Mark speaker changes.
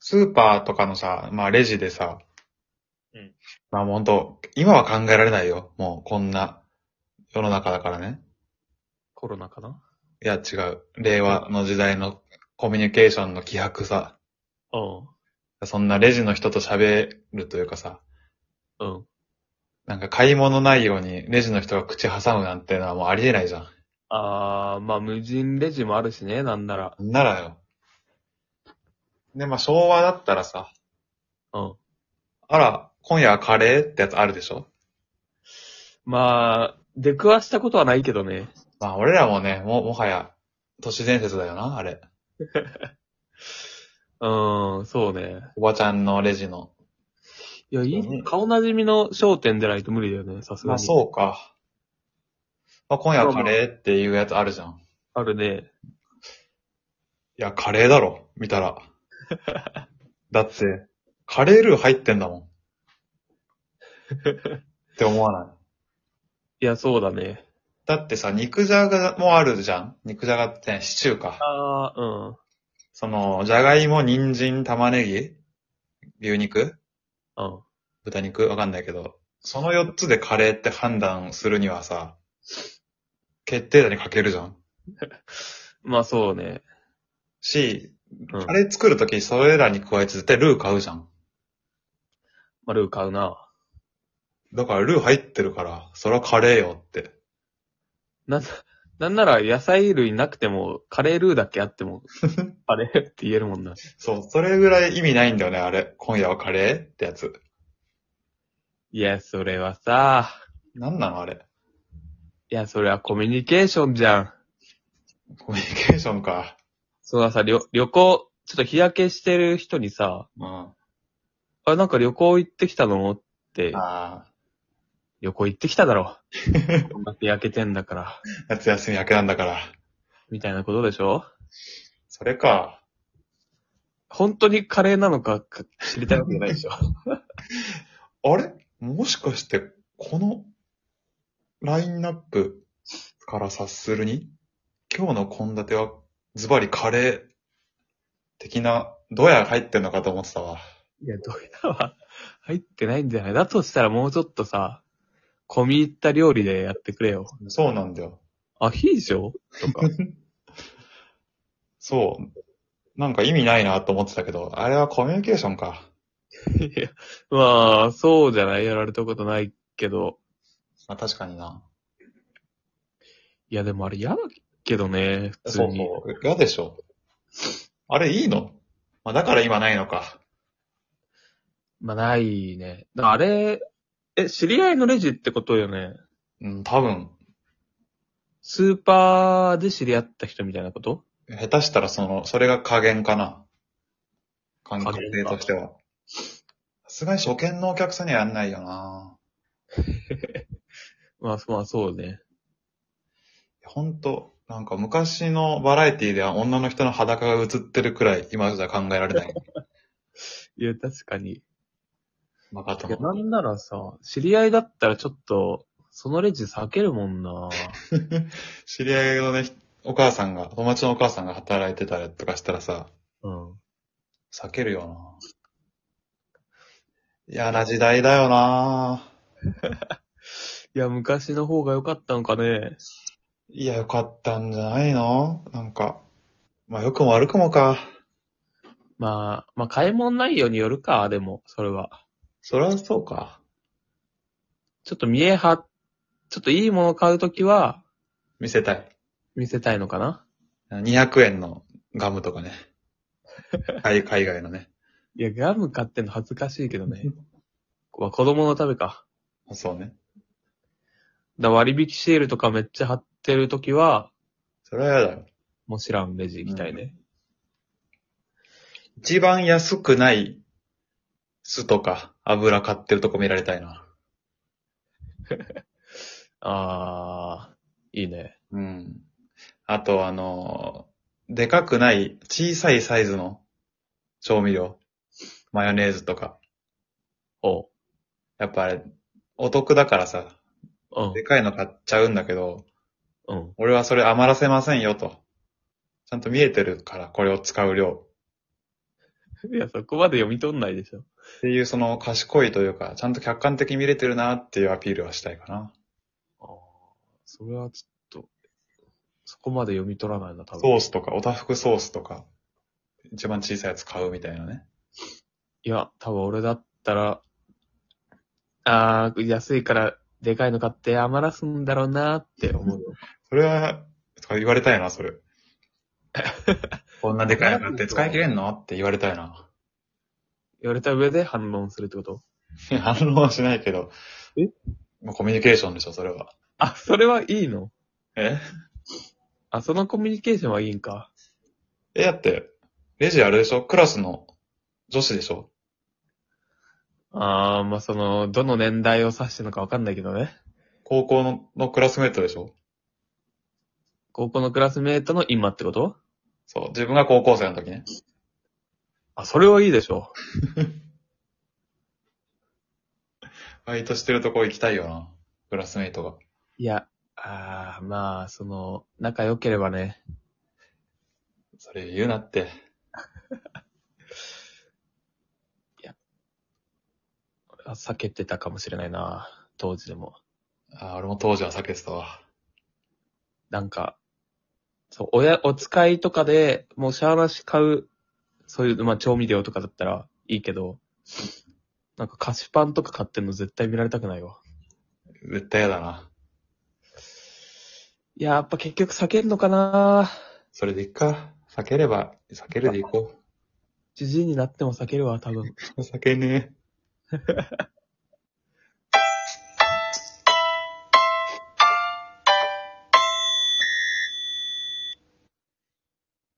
Speaker 1: スーパーとかのさ、まあレジでさ、
Speaker 2: うん。
Speaker 1: まあほんと、今は考えられないよ。もうこんな世の中だからね。
Speaker 2: コロナかない
Speaker 1: や違う。令和の時代のコミュニケーションの希薄さ。
Speaker 2: うん。
Speaker 1: そんなレジの人と喋るというかさ、
Speaker 2: うん。
Speaker 1: なんか買い物ないようにレジの人が口挟むなんてのはもうありえないじゃん。
Speaker 2: あー、まあ無人レジもあるしね、なんなら。
Speaker 1: なんならよ。で、まあ昭和だったらさ、
Speaker 2: うん。
Speaker 1: あら、今夜はカレーってやつあるでしょ
Speaker 2: まあ、出くわしたことはないけどね。
Speaker 1: まあ俺らもね、も、もはや、都市伝説だよな、あれ。
Speaker 2: うん、そうね。
Speaker 1: おばちゃんのレジの。
Speaker 2: いや、い
Speaker 1: そうね
Speaker 2: い、顔なじみの商店でないと無理だよね、さすがに。
Speaker 1: まあそうか。まあ今夜はカレーっていうやつあるじゃん。
Speaker 2: あるね。
Speaker 1: いや、カレーだろ、見た ら。だって、カレールー入ってんだもん。って思わない。
Speaker 2: いや、そうだね。
Speaker 1: だってさ、肉じゃがもあるじゃん肉じゃがってねシチューか。
Speaker 2: あー、うん。
Speaker 1: その、じゃがいも、人参、玉ねぎ、牛肉
Speaker 2: うん。
Speaker 1: 豚肉わかんないけど、その4つでカレーって判断するにはさ、決定打にかけるじゃん。
Speaker 2: まあそうね。
Speaker 1: し、
Speaker 2: うん。
Speaker 1: カレー作るときそれらに加えて絶対ルー買うじゃん。
Speaker 2: まあルー買うな。
Speaker 1: だからルー入ってるから、それはカレーよって。
Speaker 2: なんだ、なんなら野菜類なくても、カレールーだけあっ ても、カレーって言えるもんな。
Speaker 1: そう、それぐらい意味ないんだよね、あれ。今夜はカレーってやつ。
Speaker 2: いや、それはさ、
Speaker 1: なんなのあれ。
Speaker 2: いや、それはコミュニケーションじゃん。
Speaker 1: コミュニケーションか。
Speaker 2: そのさ、旅旅行、ちょっと日焼けしてる人にさ、
Speaker 1: うん。あ
Speaker 2: あ、なんか旅行行ってきたのって、
Speaker 1: あ
Speaker 2: 旅行行ってきただ ろ。こんだけ焼けてんだから、
Speaker 1: ー、夏休み明けなんだから。
Speaker 2: みたいなことでしょ
Speaker 1: それか。
Speaker 2: 本当にカレーなのかか知りたいわけじゃないでしょ。
Speaker 1: あれもしかして、この、ラインナップから察するに、今日の献立は、ズバリカレー、的な、ドヤが入ってんのかと思ってたわ。
Speaker 2: いや、どうやは入ってないんじゃないだとしたらもうちょっとさ、込み入った料理でやってくれよ。
Speaker 1: そうなんだよ。
Speaker 2: アヒージ ョとか。
Speaker 1: そう。なんか意味ないなと思ってたけど、あれはコミュニケーションか。
Speaker 2: いやまあ、そうじゃないやられたことないけど。
Speaker 1: まあ確かにな。
Speaker 2: いや、でもあれ嫌だけどね、普通
Speaker 1: そう
Speaker 2: に。
Speaker 1: そう。嫌でしょ。あれいいのまあだから今ないのか。
Speaker 2: まあ、ないね。だからあれ、え、知り合いのレジってことよね。
Speaker 1: うん、多分、
Speaker 2: スーパーで知り合った人みたいなこと
Speaker 1: 下手したらその、それが加減かな。関
Speaker 2: 加
Speaker 1: 係
Speaker 2: 減か
Speaker 1: としては。さすがに初見のお客さんにはやんないよな。
Speaker 2: まあ、そまあ、そうね。
Speaker 1: ほんと、なんか昔のバラエティでは女の人の裸が映ってるくらい今じゃ考えられ ない。
Speaker 2: いや、確かに。い
Speaker 1: バカと
Speaker 2: や、
Speaker 1: も。
Speaker 2: なんならさ、知り合いだったらちょっと、そのレジ避けるもんな。
Speaker 1: 知り合いのね、お母さんが、友達のお母さんが働いてたりとかしたらさ、
Speaker 2: うん。
Speaker 1: 避けるよな。嫌な時代だよない
Speaker 2: や、昔の方が良かったのかね。
Speaker 1: いや、よかったんじゃないのなんか。まあ、良くも悪くもか。
Speaker 2: まあ、まあ、買い物内容によるか、でも、それは。
Speaker 1: そりゃそうか。
Speaker 2: ちょっと見えは、ちょっといいもの買うときは、
Speaker 1: 見せたい。
Speaker 2: 見せたいのかな
Speaker 1: 200円のガムとかね。海海外のね。
Speaker 2: いや、ガム買ってんの恥ずかしいけどね。まあ子供のためか。
Speaker 1: そうね。
Speaker 2: だから割引シールとかめっちゃ貼ってるときは、
Speaker 1: それは嫌だよ。
Speaker 2: もちろんレジ行きたいね。
Speaker 1: 一番安くない酢とか油買ってるとこ見られたいな。
Speaker 2: あー、いいね。
Speaker 1: うん。あと、あのーでかくない小さいサイズの調味料。マヨネーズとか。
Speaker 2: おう。
Speaker 1: やっぱあれ、お得だからさ、
Speaker 2: うん
Speaker 1: で。かいの買っちゃうんだけど、
Speaker 2: うん。
Speaker 1: 俺はそれ余らせませんよと。ちゃんと見えてるから、これを使う量。
Speaker 2: いや、そこまで読み取んないでしょ。
Speaker 1: っていう、その賢いというか、ちゃんと客観的に見れてるなっていうアピールはしたいかな。
Speaker 2: ああ、それはちょっと、そこまで読み取らないな、多分。
Speaker 1: ソースとか、おたふくソースとか、一番小さいやつ買うみたいなね。
Speaker 2: いや、多分俺だったら、ああ、安いから、でかいの買って余らすんだろうなって思 うよ。
Speaker 1: それは、とか言われたいな、それ。 こんなでかいの買って使い切れんのって言われたいな。
Speaker 2: 言われた上で反論するってこと
Speaker 1: いや反応はしないけど。
Speaker 2: え
Speaker 1: まあコミュニケーションでしょ、それは。
Speaker 2: あ、それはいいの
Speaker 1: え
Speaker 2: あ、そのコミュニケーションはいいんか。
Speaker 1: え、だって、レジあれでしょクラスの女子でしょ
Speaker 2: ああ、まあ、その、どの年代を指してるのかわかんないけどね。
Speaker 1: 高校ののクラスメートでしょ
Speaker 2: 高校のクラスメートの今ってこと
Speaker 1: そう、自分が高校生の時ね。
Speaker 2: あ、それはいいでしょ。
Speaker 1: バイトしてるとこ行きたいよな。クラスメイトが。
Speaker 2: いや、ああ、まあ、その、仲良ければね。
Speaker 1: それ言うなって。
Speaker 2: あ避けてたかもしれないな。当時でも。
Speaker 1: あー俺も当時は避けてたわ。
Speaker 2: なんか、そう、親、お使いとかで、もうシャーラシ買う、そういう、まあ、調味料とかだったらいいけど、なんか菓子パンとか買ってんの絶対見られたくないわ。
Speaker 1: 絶対嫌だな。
Speaker 2: いや、やっぱ結局避けんのかな
Speaker 1: それでいっか。避ければ、避けるでいこ
Speaker 2: じじいになっても避けるわ、多分。
Speaker 1: う。避けねえ。